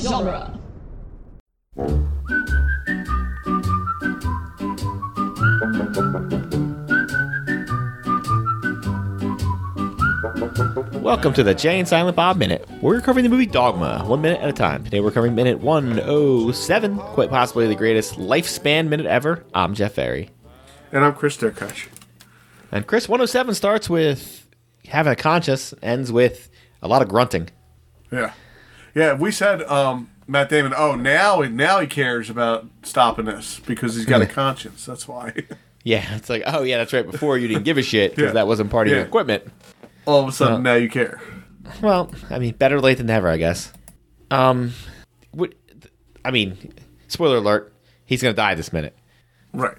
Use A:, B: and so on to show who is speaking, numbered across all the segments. A: genre.
B: Welcome to the Jay and Silent Bob Minute. We're covering the movie Dogma, one minute at a time. Today we're covering minute 107, quite possibly the greatest lifespan minute ever. I'm Jeff Ferry.
C: And I'm Chris Durkash.
B: And Chris 107 starts with having a conscience, ends with a lot of grunting.
C: Yeah. Yeah, we said um, Matt Damon, oh, now, now he cares about stopping us because he's got a conscience. That's why.
B: Yeah, it's like, oh yeah, that's right. Before you didn't give a shit because
C: Yeah.
B: that wasn't part of your
C: Yeah.
B: equipment.
C: All of a sudden, now you care.
B: Well, I mean, better late than never, I guess. Um, what, I mean, spoiler alert, he's gonna die this minute.
C: Right.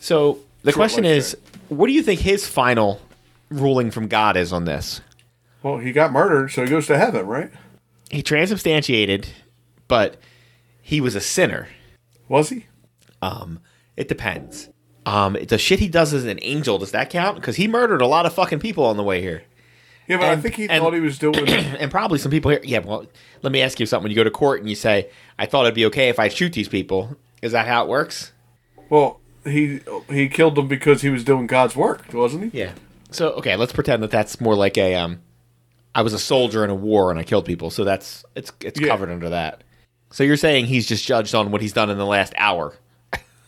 B: So the question
C: lifespan.
B: is, what do you think his final ruling from God is on this?
C: Well, he got murdered, so he goes to heaven, right?
B: He transubstantiated, but he was a sinner.
C: Was he?
B: Um, it depends. Um, the shit he does as an angel, does that count? Because he murdered a lot of fucking people on the way here.
C: Yeah, but
B: And-
C: I think he
B: and-
C: thought he was doing.
B: and probably some people here. Yeah, well, let me ask you something. When you go to court and you say, "I thought it'd be okay if I shoot these people," is that how it works?
C: well, he he killed them because he was doing God's work, wasn't he?
B: Yeah. So okay, let's pretend that that's more like a um, I was a soldier in a war and I killed people. So that's it's it's
C: Yeah.
B: covered under that. So you're saying he's just judged on what he's done in the last hour?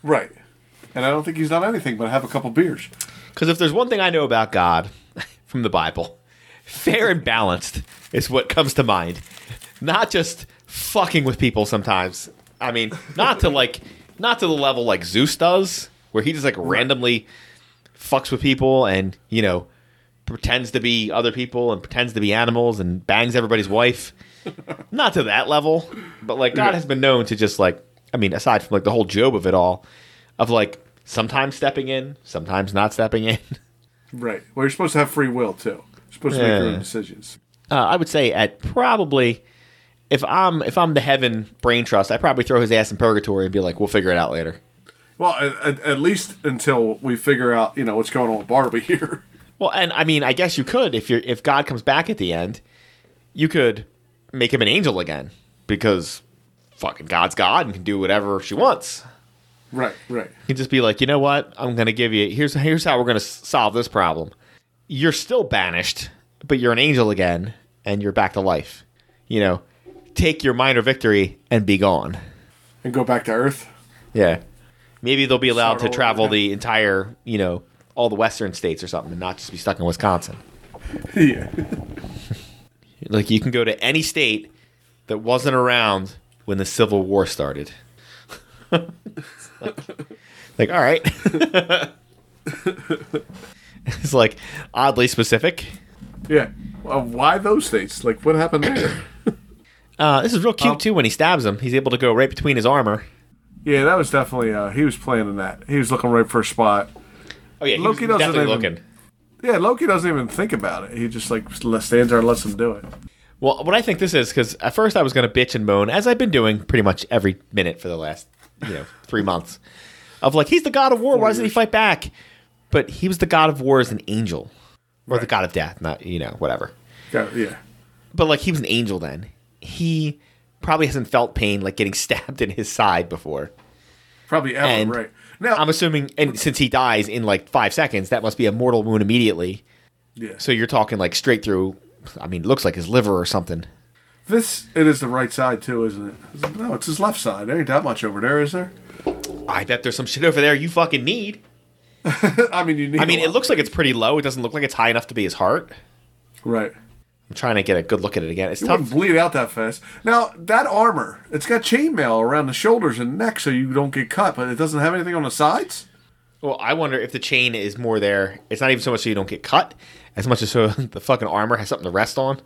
C: Right. And I don't think he's done anything but have a couple beers.
B: Because if there's one thing I know about God from the Bible, fair and balanced is what comes to mind. Not just fucking with people sometimes. I mean, not to like, not to the level like Zeus does, where he just like randomly fucks with people and, you know, pretends to be other people and pretends to be animals and bangs everybody's wife. Not to that level, but like God has been known to just like, I mean, aside from like the whole Job of it all, of like sometimes stepping in, sometimes not stepping in.
C: Right. Well, you're supposed to have free will, too. You're supposed to make your
B: Yeah.
C: own decisions.
B: Uh, I would say at probably if I'm if I'm the heaven brain trust, I probably throw his ass in purgatory and be like, we'll figure it out later.
C: Well, at- at, at least until we figure out, you know, what's going on with Barbie here.
B: Well, and I mean, I guess you could if you're if God comes back at the end, you could make him an angel again because fucking God's God and can do whatever she wants.
C: Right, right.
B: You can just be like, you know what? I'm gonna give you here's here's how we're gonna s- solve this problem. You're still banished, but you're an angel again, and you're back to life. You know, take your minor victory and be gone.
C: And go back to Earth.
B: Yeah. Maybe they'll be allowed
C: Start
B: to
C: all
B: travel
C: over.
B: the entire, you know, all the western states or something and not just be stuck in Wisconsin.
C: Yeah.
B: Like you can go to any state that wasn't around when the Civil War started. like, all right. it's like oddly specific.
C: Yeah. Well, why those states? Like, what happened there?
B: Uh, this is real cute too when he stabs him. He's able to go right between his armor.
C: yeah, that was definitely, uh, he was planning that. He was looking right for a spot.
B: Oh yeah, he's
C: Loki doesn't
B: definitely
C: even-
B: looking.
C: Yeah, Loki doesn't even think about it. He just, like, stands there and lets him do it.
B: Well, what I think this is because at first I was going to bitch and moan, as I've been doing pretty much every minute for the last you know three months, of like he's the god of war. Why doesn't he fight back? But he was the god of war as an angel, or the god of death, not you know whatever.
C: Got it, yeah.
B: But like he was an angel then. He probably hasn't felt pain like getting stabbed in his side before.
C: Probably ever,
B: And
C: right. Now,
B: I'm assuming, and since he dies in like five seconds, that must be a mortal wound immediately.
C: yeah.
B: So you're talking like straight through. I mean, it looks like his liver or something.
C: this, it is the right side, too, isn't it? No, it's his left side. There ain't that much over there, is there?
B: I bet there's some shit over there you fucking need.
C: I mean, you need
B: I mean,
C: a
B: it
C: lot.
B: looks like it's pretty low. It doesn't look like it's high enough to be his heart.
C: Right.
B: I'm trying to get a good look at it again. It's
C: It
B: tough.
C: wouldn't bleed out that fast. Now that armor, it's got chainmail around the shoulders and neck, so you don't get cut. But it doesn't have anything on the sides.
B: Well, I wonder if the chain is more there. It's not even so much so you don't get cut, as much as so the fucking armor has something to rest on.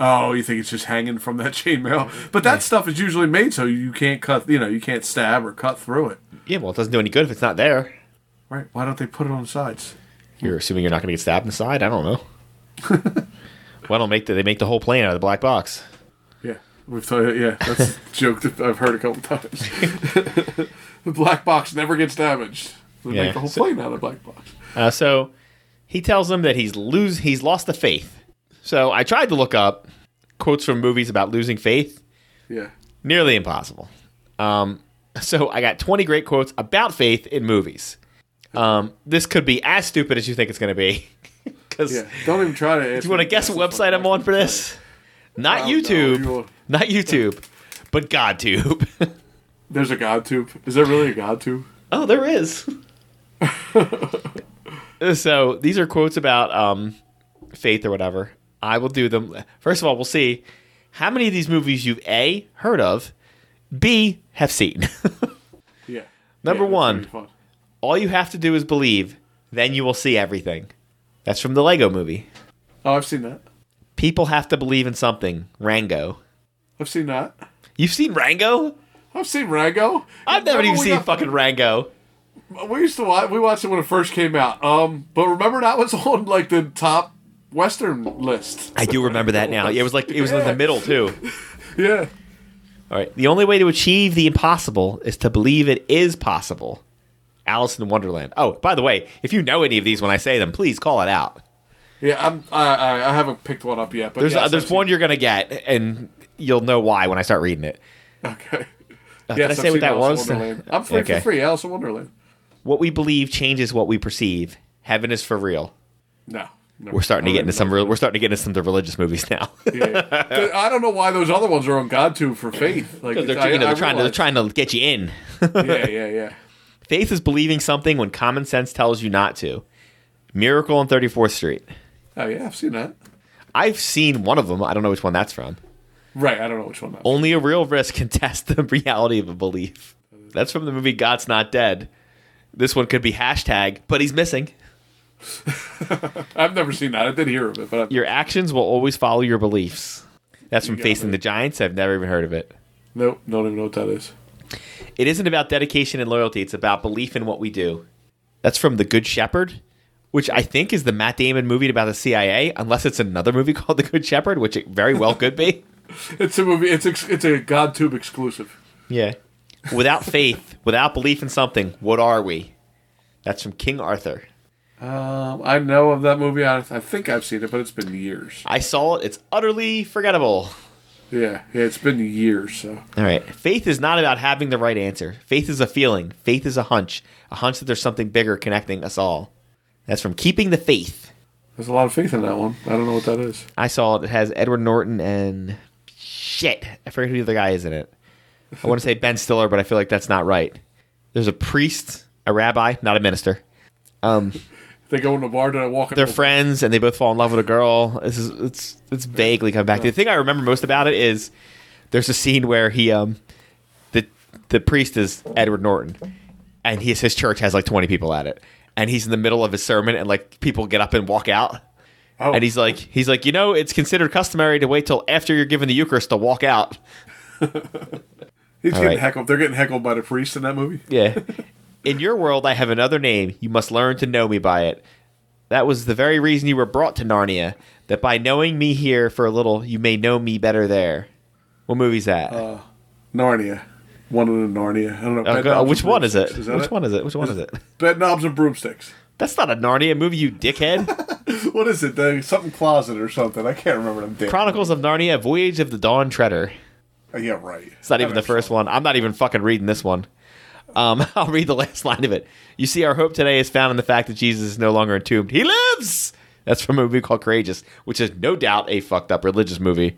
C: Oh, you think it's just hanging from that chainmail? But that stuff is usually made so you can't cut. You know, you can't stab or cut through it.
B: Yeah, well, it doesn't do any good if it's not there.
C: Right? Why don't they put it on the sides?
B: You're assuming you're not going to get stabbed in the side. I don't know. Why don't make the, they make the whole plane out of the black box?
C: Yeah, we've thought. Yeah, that's a joke that I've heard a couple times. the black box never gets damaged. They
B: Yeah,
C: make the whole
B: so-
C: plane out of black box.
B: Uh, so he tells them that he's lose he's lost the faith. So I tried to look up quotes from movies about losing faith.
C: Yeah.
B: Nearly impossible. Um, so I got 20 great quotes about faith in movies. Um, this could be as stupid as you think it's going to be. Because
C: Yeah, don't even try to.
B: do you want to guess what website I'm on for this? Not
C: Oh, no,
B: YouTube.
C: you will-
B: not YouTube, but GodTube.
C: There's a God tube. Is there really a God tube?
B: Oh, there is. so these are quotes about um, faith or whatever. I will do them. First of all, we'll see how many of these movies you've A, heard of, B, have seen.
C: Yeah.
B: Number
C: Yeah, that's
B: one.
C: gonna be fun.
B: all you have to do is believe, then you will see everything. That's from the Lego movie.
C: Oh, I've seen that.
B: People have to believe in something. Rango.
C: I've seen that.
B: You've seen Rango?
C: I've seen Rango.
B: I've never even
C: Remember we
B: seen
C: got-
B: fucking Rango.
C: We used to watch. We watched it when it first came out. Um, but remember that was on like the top Western list.
B: I do remember that now. It was like it was in
C: Yeah.
B: the middle too.
C: Yeah.
B: All right. The only way to achieve the impossible is to believe it is possible. Alice in Wonderland. Oh, by the way, if you know any of these when I say them, please call it out.
C: Yeah. I'm. I. I, I haven't picked one up yet. But
B: There's uh,
C: yes, I've
B: there's
C: seen-
B: one you're gonna get, and you'll know why when I start reading it.
C: Okay.
B: Oh, did I
C: I've
B: say what
C: seen
B: that
C: Alice
B: was?
C: in Wonderland. I'm free
B: Okay.
C: for free. Alice in Wonderland.
B: What we believe changes what we perceive. Heaven is for real.
C: No. no.
B: We're starting to
C: I
B: get
C: don't
B: into some. Real, we're starting to get into some of the religious movies now.
C: even know. Yeah, yeah. I don't know why those other ones are on GodTube for faith. Like
B: they're,
C: I-
B: you know, they're
C: I
B: trying to they're
C: realize-
B: trying to get you in.
C: Yeah. Yeah. Yeah.
B: Faith is believing something when common sense tells you not to. Miracle on 34th Street.
C: Oh yeah. I've seen that.
B: I've seen one of them. I don't know which one that's from.
C: Right. I don't know which one that. was.
B: Only a real risk can test the reality of a belief. That's from the movie God's Not Dead. This one could be hashtag, but he's missing.
C: I've never seen that. I did hear of it, but I,
B: Your actions will always follow your beliefs. That's from
C: got
B: Facing
C: it.
B: the Giants. I've never even heard of it.
C: nope. Don't even know what that is.
B: It isn't about dedication and loyalty, it's about belief in what we do. That's from The Good Shepherd, which I think is the Matt Damon movie about the CIA, unless it's another movie called The Good Shepherd, which it very well could be.
C: It's a movie. It's ex- it's a GodTube exclusive.
B: Yeah. Without faith, without belief in something, what are we? That's from King Arthur.
C: Um, I know of that movie. I, I think I've seen it, but it's been years.
B: I saw it. It's utterly forgettable.
C: Yeah, yeah, it's been years. So
B: All right. Faith is not about having the right answer. Faith is a feeling. Faith is a hunch. A hunch that there's something bigger connecting us all. That's from Keeping the Faith.
C: there's a lot of faith in that one. I don't know what that is.
B: I saw it. It has Edward Norton and shit. I forget who the other guy is in it. I want to say Ben Stiller, but I feel like that's not right. There's a priest, a rabbi, not a minister.
C: They go in the bar and I walk. in
B: they're
C: the-
B: friends and they both fall in love with a girl. This is it's it's vaguely come back. The thing I remember most about it is there's a scene where he um the the priest is Edward Norton and he his church has like 20 people at it and he's in the middle of his sermon and like people get up and walk out
C: Oh,
B: and he's like he's like you know it's considered customary to wait till after you're given the Eucharist to walk out.
C: he's getting
B: right.
C: heckled. They're getting heckled by the priest in that movie.
B: Yeah. In your world, I have another name. You must learn to know me by it. That was the very reason you were brought to Narnia. That by knowing me here for a little, you may know me better there. What movie's that?
C: Narnia, one of the Narnia. I don't know.
B: Oh,
C: Bed
B: go-
C: Knobs
B: oh,
C: and
B: which one is it?
C: Broomsticks. that
B: which one is it? Which one is it?
C: Bed knobs and broomsticks.
B: That's not a Narnia movie, you dickhead.
C: What is it? The, something closet or something? I can't remember them. Damn.
B: Chronicles of Narnia: Voyage of the Dawn Treader.
C: Oh, yeah, right.
B: It's not even the first one. I'm not even fucking reading this one. Um, I'll read the last line of it. You see, our hope today is found in the fact that Jesus is no longer entombed. He lives! That's from a movie called Courageous, which is no doubt a fucked up religious movie.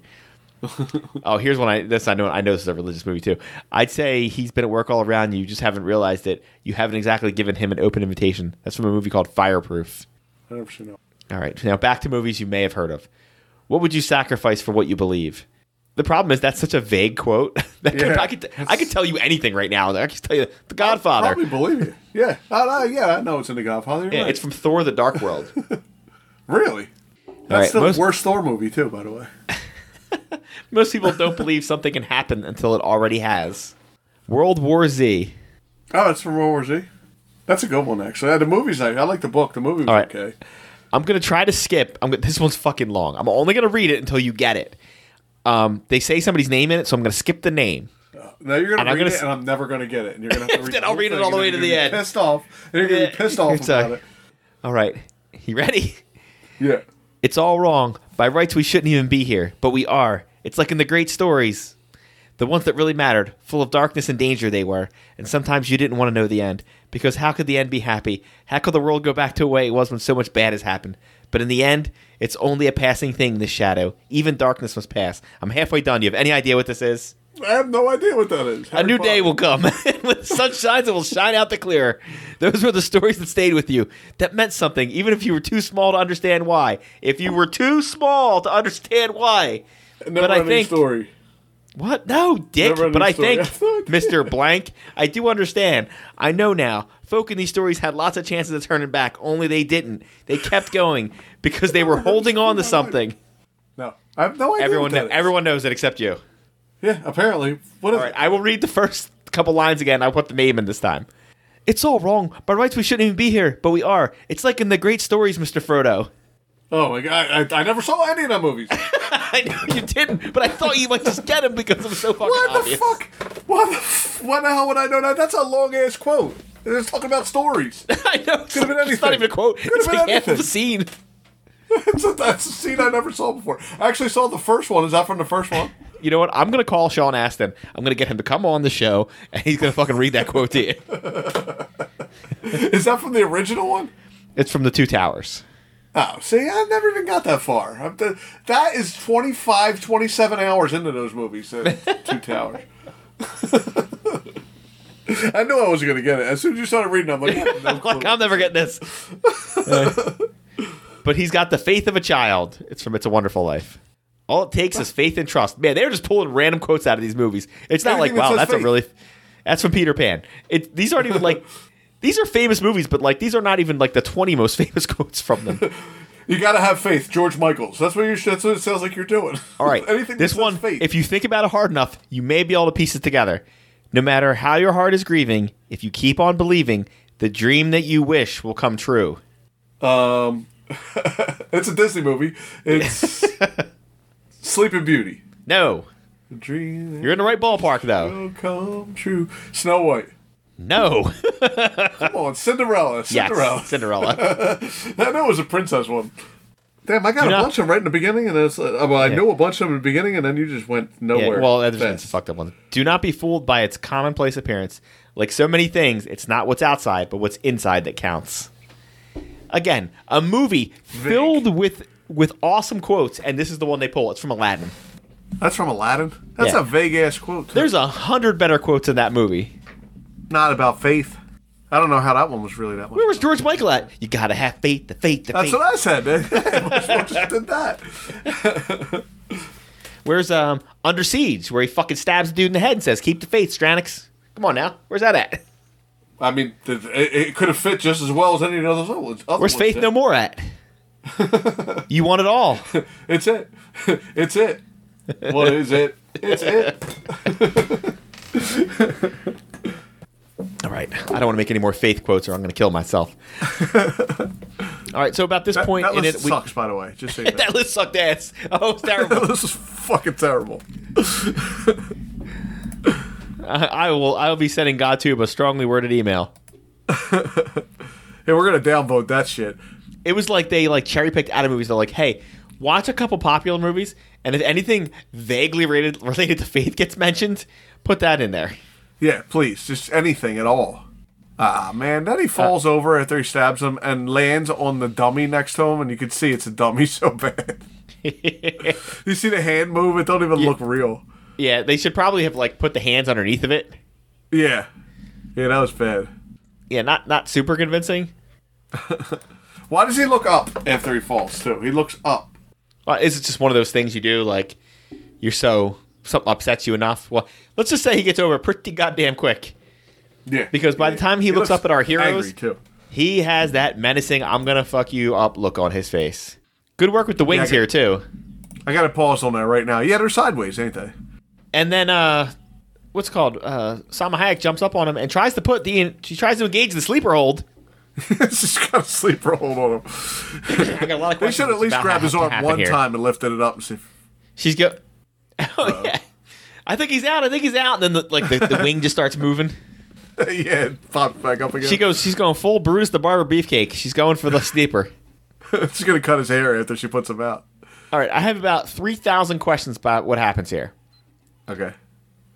B: oh, here's one I this I know I know this is a religious movie too. I'd say he's been at work all around you, you just haven't realized it. You haven't exactly given him an open invitation. That's from a movie called Fireproof.
C: I never seen that.
B: All right, now back to movies you may have heard of. What would you sacrifice for what you believe? The problem is that's such a vague quote. that could-
C: Yeah.
B: I, could, I could tell you anything right now. I could tell you The Godfather.
C: Probably believe you. Yeah. I, I, yeah, I know it's in the Godfather. You're
B: Yeah,
C: right.
B: it's from Thor: The Dark World.
C: Really?
B: All right,
C: That's the
B: most,
C: worst Thor movie too, by the way.
B: most people don't believe something can happen until it already has. World War Z.
C: Oh, it's from World War Z. That's a good one actually. Uh, The movie's like I like the book. The movie was
B: All right.
C: okay.
B: I'm gonna try to skip. I'm gonna, this one's fucking long. I'm only gonna read it until you get it. Um, they say somebody's name in it, so I'm gonna skip the name.
C: Now you're gonna
B: And I'm
C: read
B: gonna
C: it,
B: s-
C: and I'm never gonna get it. And you're gonna have to read.
B: Then
C: the
B: I'll
C: whole
B: read it
C: thing,
B: all the
C: and
B: way
C: you're
B: to
C: gonna
B: the
C: be
B: end.
C: Pissed off. And you're gonna be
B: Yeah,
C: pissed off
B: it's,
C: about
B: uh,
C: it.
B: All right, you ready?
C: Yeah.
B: It's all wrong. By rights, we shouldn't even be here, but we are. It's like in the great stories. The ones that really mattered, full of darkness and danger they were, and sometimes you didn't want to know the end, because how could the end be happy? How could the world go back to the way it was when so much bad has happened? But in the end, it's only a passing thing, this shadow. Even darkness must pass. I'm halfway done. Do you have any idea what this is?
C: I have no idea what that is.
B: a new day will come. when the sun shines, it will shine out the clearer. Those were the stories that stayed with you. That meant something, even if you were too small to understand why. If you were too small to understand why.
C: Never
B: but I think
C: story.
B: what? No, Dick.
C: Never
B: But I
C: understood.
B: think Mr. Blank, I do understand. I know now. Folk in these stories had lots of chances of turning back, only they didn't. They kept going because they
C: Oh
B: were holding on to something.
C: No, I have no idea.
B: Everyone,
C: what that
B: kno-
C: is.
B: everyone knows it except you.
C: Yeah, apparently. What is
B: All right,
C: it?
B: I will read the first couple lines again. I put the name in this time. It's all wrong. By rights, we shouldn't even be here, but we are. It's like in the great stories, Mr. Frodo.
C: Oh my god, I, I never saw any of that movies.
B: I know you didn't, but I thought you might just get him because it was so fucking
C: What the
B: obvious.
C: fuck? What the, f- why the hell would I know that? That's a long ass quote. They're just talking about stories.
B: I know. It's,
C: Could've been
B: it's not
C: anything.
B: even a quote.
C: Could've
B: it's
C: been
B: like half of
C: anything.
B: a scene.
C: that's, a, that's a scene I never saw before. I actually saw the first one. Is that from the first one?
B: You know what? I'm gonna call Sean Astin. I'm gonna get him to come on the show, and he's gonna fucking read that quote to you.
C: Is that from the original one?
B: It's from the Two Towers.
C: Oh, see, I never even got that far. I'm th- that is 25, 27 hours into those movies, uh, Two Towers. I knew I wasn't going to get it. As soon as you started reading, I'm like, I have no
B: Like
C: clue.
B: I'm never getting this. but he's got the faith of a child. It's from It's a Wonderful Life. All it takes is faith and trust. Man, they're just pulling random quotes out of these movies. It's not
C: Anything
B: like,
C: that
B: wow,
C: says
B: that's a
C: faith.
B: really. That's from Peter Pan. It, these aren't even like. These are famous movies, but like these are not even like the 20 most famous quotes from them.
C: you got to have faith, George Michaels. That's what you. That's what it sounds like you're doing.
B: All right.
C: Anything
B: this
C: that says
B: one,
C: faith.
B: if you think about it hard enough, you may be able to piece it together. No matter how your heart is grieving, if you keep on believing, the dream that you wish will come true.
C: Um, it's a Disney movie. It's Sleeping Beauty.
B: No.
C: A dream
B: You're in the right ballpark, though.
C: will come true. Snow White.
B: No.
C: Come on, Cinderella. Cinderella.
B: Yes, Cinderella.
C: I know it was a princess one. Damn, I got
B: You
C: a
B: know-
C: bunch of them right in the beginning, and it's uh, well, I knew a bunch of them in the beginning, and then you just went
B: yeah,
C: nowhere.
B: well, that's just a
C: Fast.
B: fucked up one. Do not be fooled by its commonplace appearance. Like so many things, it's not what's outside, but what's inside that counts. Again, a movie filled with with awesome quotes, and this is the one they pull. It's from Aladdin.
C: that's from Aladdin. That's
B: Yeah.
C: a vague ass quote. too.
B: There's a hundred better quotes in that movie.
C: not about faith. I don't know how that one was really that much.
B: Where was George Michael at? You gotta have faith, the faith, the
C: That's
B: faith.
C: what I said. man. I just did that.
B: Where's um Under Siege, where he fucking stabs the dude in the head and says, "Keep the faith, Stranix." Come on now, where's that at?
C: I mean, th- it, it could have fit just as well as any of those other ones. Other
B: Where's
C: ones eh?
B: Faith
C: did.
B: No More at? you want it all.
C: It's it. It's it. What is it? It's it.
B: All right. I don't want to make any more faith quotes or I'm going to kill myself. All right. So about this point
C: that
B: in
C: list
B: it, we,
C: sucks, by the way. Just so you know.
B: that list sucked ass. Oh, it's terrible.
C: this is fucking terrible.
B: I, I will. I will be sending God to a strongly worded email.
C: Hey, we're gonna downvote that shit.
B: It was like they like cherry picked out of movies. They're like, hey, watch a couple popular movies, and if anything vaguely related related to faith gets mentioned, put that in there.
C: Yeah, please, just anything at all. Ah, man. Then he falls
B: Uh.
C: over after he stabs him and lands on the dummy next to him, and you can see it's a dummy so bad. you see the hand move; it don't even look real.
B: yeah, they should probably have like put the hands underneath of it.
C: Yeah, yeah, that was bad.
B: Yeah, not not super convincing.
C: Why does he look up after he falls too? He looks up.
B: Uh, is it just one of those things you do? Like you're so something upsets you enough. Well, let's just say he gets over it pretty goddamn quick
C: Yeah,
B: because by the time he, looks, up at our heroes,
C: angry too.
B: he has that menacing "I'm gonna fuck you up" look on his face. Good work with the wings
C: I
B: here too.
C: I got to pause on that right now. Yeah, they're sideways, ain't they?
B: And then uh, what's it called uh, Salma Hayek jumps up on him and tries to put the she tries to engage the sleeper hold.
C: it's just got a sleeper hold on him.
B: I got a lot of
C: they should at
B: questions
C: least
B: about
C: grab
B: how
C: his
B: that
C: arm
B: happened
C: one
B: here.
C: time Uh. and lifted it up and see. If,
B: She's go. Oh yeah. I think he's out. I think he's out. And then, the, like the, the wing just starts moving.
C: yeah, it popped back up again.
B: She goes. She's going full Brutus the Barber beefcake. She's going for the sleeper.
C: She's gonna cut his hair after she puts him out.
B: All right, I have about 3,000 questions about what happens here.
C: Okay.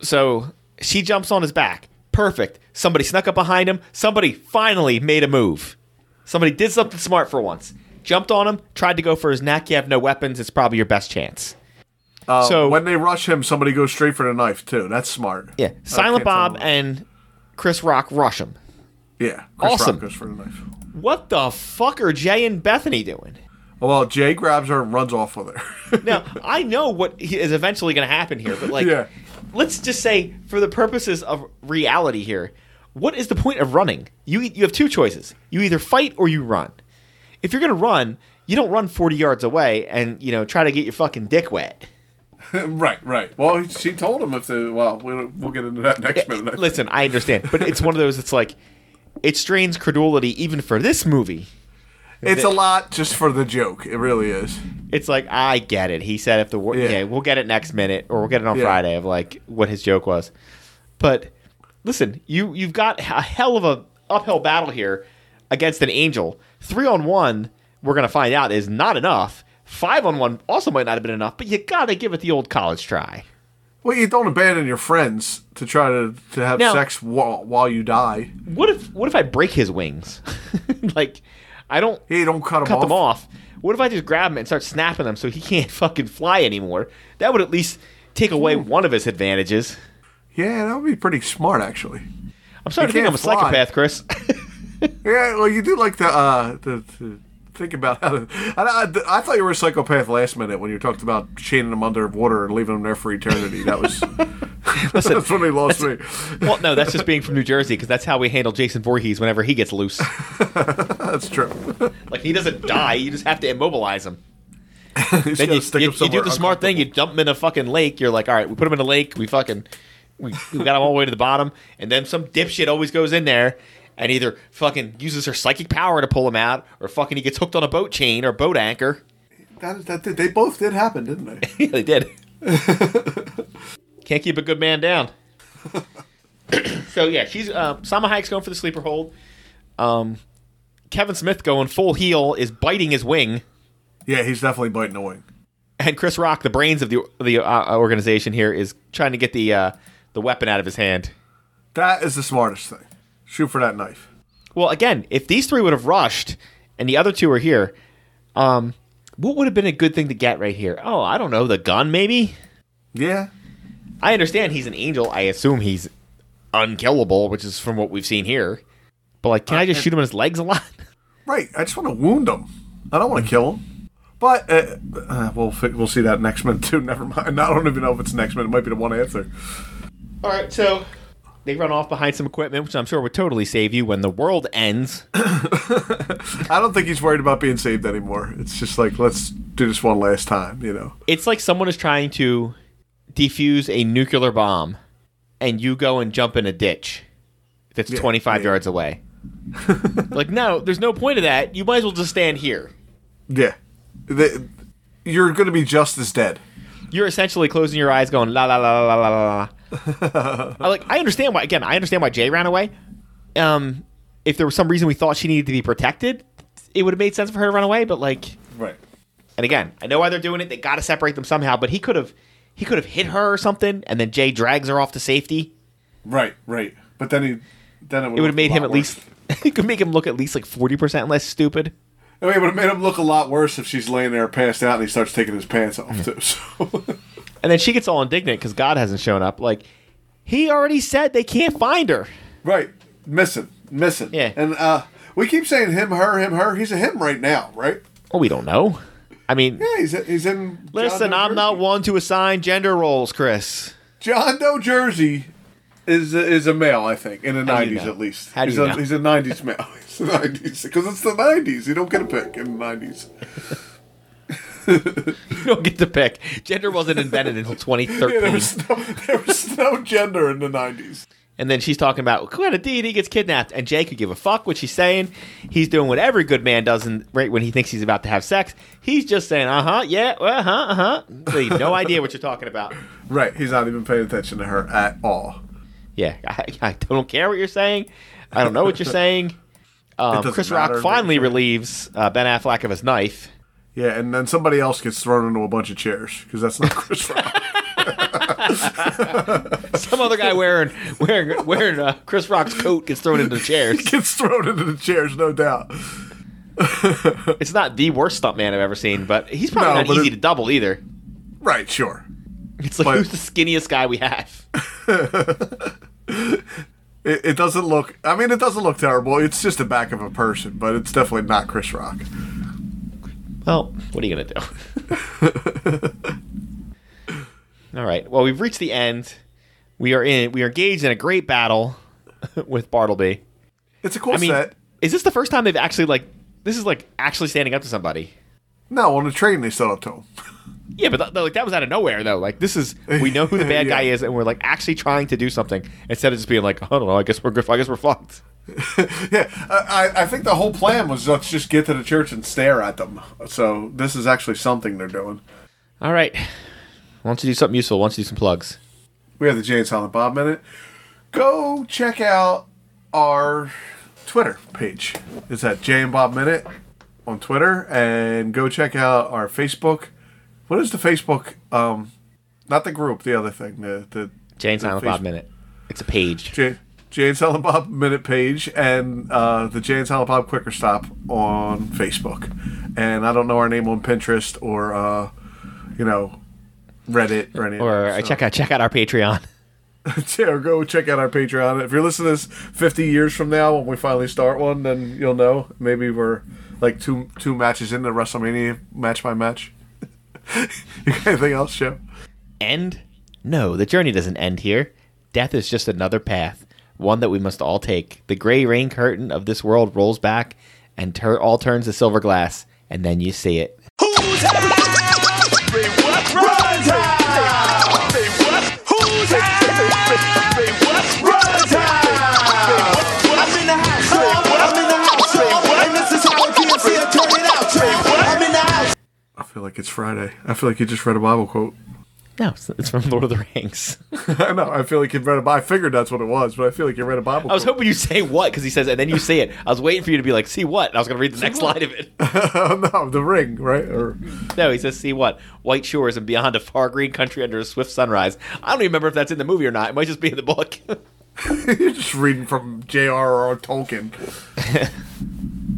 B: So she jumps on his back. Perfect. Somebody snuck up behind him. Somebody finally made a move. Somebody did something smart for once. Jumped on him, tried to go for his neck. You have no weapons. It's probably your best chance.
C: Um,
B: so-
C: when they rush him, somebody goes straight for the knife too. That's smart.
B: Yeah. Silent
C: can't tell
B: Bob
C: them.
B: and Chris Rock rush him.
C: Yeah. Chris
B: Awesome.
C: Rock goes for the knife.
B: What the fuck are Jay and Bethany doing?
C: Well, Jay grabs her and runs off with her.
B: Now, I know what he- is eventually going to happen here, but like,
C: Yeah.
B: let's just say, for the purposes of reality here, what is the point of running? You e- you have two choices: you either fight or you run. If you're going to run, you don't run 40 yards away and you know try to get your fucking dick wet.
C: right, right. Well, she told him if the well, we'll, we'll get into that next minute.
B: Listen, I understand, but it's one of those. It's like it strains credulity even for this movie.
C: it's a lot just for the joke. It really is.
B: It's like I get it. He said if the war,
C: Yeah.
B: yeah. we'll get it next minute or we'll get it on
C: Yeah.
B: Friday of like what his joke was. But listen, you you've got a hell of a uphill battle here against an angel. 3 on 1, we're going to find out is not enough. 5 on 1 also might not have been enough, but you got to give it the old college try.
C: Well, you don't abandon your friends to try to, to have
B: Now-
C: sex while, while you die.
B: What if what if I break his wings? like I don't
C: Hey, don't cut,
B: cut
C: them
B: them
C: off.
B: off. What if I just grab him and start snapping them so he can't fucking fly anymore? That would at least take away one of his advantages.
C: Yeah, that would be pretty smart, actually.
B: I'm starting to
C: He
B: think I'm a
C: can't fly.
B: psychopath, Chris.
C: Yeah, well, you do like the uh, the, the think about how. To, I, I, I thought you were a psychopath last minute when you talked about chaining them underwater and leaving them there for eternity. That was that's when they lost me.
B: well, no, that's just being from New Jersey because that's how we handle Jason Voorhees whenever he gets loose.
C: That's true.
B: Like he doesn't die, you just have to immobilize him.
C: He's
B: Then
C: gonna
B: you,
C: stick
B: you- you
C: him
B: do
C: somewhere
B: the smart thing, you dump him in a fucking lake. You're like, all right, we put him in a lake, we fucking we, we got him all the way to the bottom, and then some dipshit always goes in there and either fucking uses her psychic power to pull him out, or fucking he gets hooked on a boat chain or a boat anchor.
C: That, that did, they both did happen, didn't they?
B: Yeah, they did. Can't keep a good man down. so yeah, she's uh, Sama Hayek's going for the sleeper hold. Um, Kevin Smith going full heel is biting his wing,
C: Yeah, he's definitely biting the wing.
B: and Chris Rock, the brains of the the uh, organization here, is trying to get the uh, the weapon out of his hand.
C: That is the smartest thing. Shoot for that knife.
B: Well, again, if these three would have rushed and the other two were here, um, what would have been a good thing to get right here? Oh, I don't know, the gun maybe.
C: Yeah,
B: I understand he's an angel. I assume he's unkillable, which is from what we've seen here. But like, can I just shoot him in his legs a lot?
C: right. I just want to wound him. I don't want to kill him. But uh, uh, we'll fi- we'll see that next minute too. Never mind. I don't even know if it's next minute. It might be the one after.
B: All right, so they run off behind some equipment, which I'm sure would totally save you when the world ends.
C: I don't think he's worried about being saved anymore. It's just like let's do this one last time, you know.
B: it's like someone is trying to defuse a nuclear bomb, and you go and jump in a ditch that's 25
C: yeah.
B: yards away. like, no, there's no point of that. You might as well just stand here.
C: Yeah, the, you're going to be just as dead.
B: you're essentially closing your eyes, going la la la la la la la. I like. I understand why. Again, I understand why Jay ran away. Um, if there was some reason we thought she needed to be protected, it would have made sense for her to run away. But like,
C: Right.
B: and again, I know why they're doing it. They got to separate them somehow. But he could have, he could have hit her or something, and then Jay drags her off to safety.
C: Right. Right. But then he, then
B: It would have made him at least. It could make him look at least like forty percent less stupid.
C: I mean, it would have made him look a lot worse if she's laying there passed out and he starts taking his pants off too. So
B: And then she gets all indignant because God hasn't shown up. Like, he already said they can't find her.
C: right, missing, missing.
B: Yeah.
C: And uh, we keep saying him, her, him, her. He's a him right now, right?
B: Well, we don't know. I mean,
C: Yeah, he's he's in. John
B: Listen,
C: Doe
B: I'm not
C: jersey.
B: one to assign gender roles, Chris.
C: John Doe Jersey is a, is a male, I think, in the
B: How do you
C: nineties
B: know?
C: at least.
B: How do
C: he's
B: you
C: a,
B: know?
C: He's a nineties male. It's the nineties because it's the nineties. You don't get a pick in the nineties.
B: You don't get to pick. Gender wasn't invented until
C: Yeah, there
B: 2013.
C: was no there was no gender in the nineties.
B: And then she's talking about Quinn deity gets kidnapped, and Jay could give a fuck what she's saying. He's doing what every good man does in, right when he thinks he's about to have sex. He's just saying, uh huh, yeah, uh huh, uh huh. So you have no idea what you're talking about.
C: Right, he's not even paying attention to her at all.
B: Yeah, I, I don't care what you're saying. I don't know what you're saying. Um,
C: doesn't
B: Chris
C: matter
B: Rock
C: what you're
B: finally
C: saying.
B: relieves uh, Ben Affleck of his knife.
C: Yeah, and then somebody else gets thrown into a bunch of chairs because that's not Chris Rock.
B: Some other guy wearing wearing wearing uh, Chris Rock's coat gets thrown into chairs.
C: Gets thrown into the chairs, no doubt.
B: It's not the worst stuntman I've ever seen, but he's probably
C: No,
B: not
C: but
B: easy
C: it-
B: to double either.
C: Right, sure.
B: It's like
C: but-
B: who's the skinniest guy we have?
C: It, it doesn't look. I mean, it doesn't look terrible. It's just the back of a person, but it's definitely not Chris Rock.
B: Well, what are you gonna do? All right. Well, we've reached the end. We are in. We are engaged in a great battle with Bartleby.
C: It's a cool
B: I mean,
C: set.
B: is this the first time they've actually like? This is like actually standing up to somebody.
C: No, on the train they set up to him.
B: Yeah, but th- like that was out of nowhere though. Like this is we know who the bad
C: Yeah.
B: guy is, and we're like actually trying to do something instead of just being like, I don't know. I guess we're good. I guess we're fucked.
C: yeah, I, I- I think the whole plan was let's just get to the church and stare at them. So this is actually something they're doing.
B: All right. Why don't you do something useful? Why don't you do some plugs?
C: We have the Jay and Silent Bob minute. Go check out our Twitter page. It's at Jay and Bob Minute on Twitter, and go check out our Facebook. What is the Facebook? Um, not the group. The other thing. The the
B: Jane Silent Bob
C: Facebook-
B: minute. It's a page.
C: Jay, Jay and Silent Bob Minute page and uh, the Jay and Silent Bob Quicker Stop on Facebook. And I don't know our name on Pinterest or, uh, you know, Reddit or any.
B: Or
C: of
B: uh,
C: that,
B: check out check out our Patreon.
C: so. or go check out our Patreon. If you're listening to this 50 years from now when we finally start one, then you'll know. Maybe we're like two two matches into WrestleMania, match by match. you got anything else, Joe?
B: end? No, the journey doesn't end here. Death is just another path, one that we must all take. The gray rain curtain of this world rolls back and tur- all turns to silver glass, and then you see it.
A: Who's house? They what? Ron's house. They what? Who's house? They what? Ron's house. I'm in the house. I'm in the house. And this is how kids here turn it out. I'm in the house.
C: I feel like it's Friday. I feel like you just read a Bible quote.
B: No, it's, it's from Lord of the Rings.
C: I know. I feel like you read a. I figured that's what it was, but I feel like you read a Bible.
B: I was hoping you say what because he says, and then you say it. I was waiting for you to be like, see what? And I was going to read the next line of it.
C: hoping. no, the ring, right? Or
B: No, he says, see what? White shores and beyond a far green country under a swift sunrise. I don't even remember if that's in the movie or not. It might just be in the book.
C: you're just reading from J.R.R. Tolkien.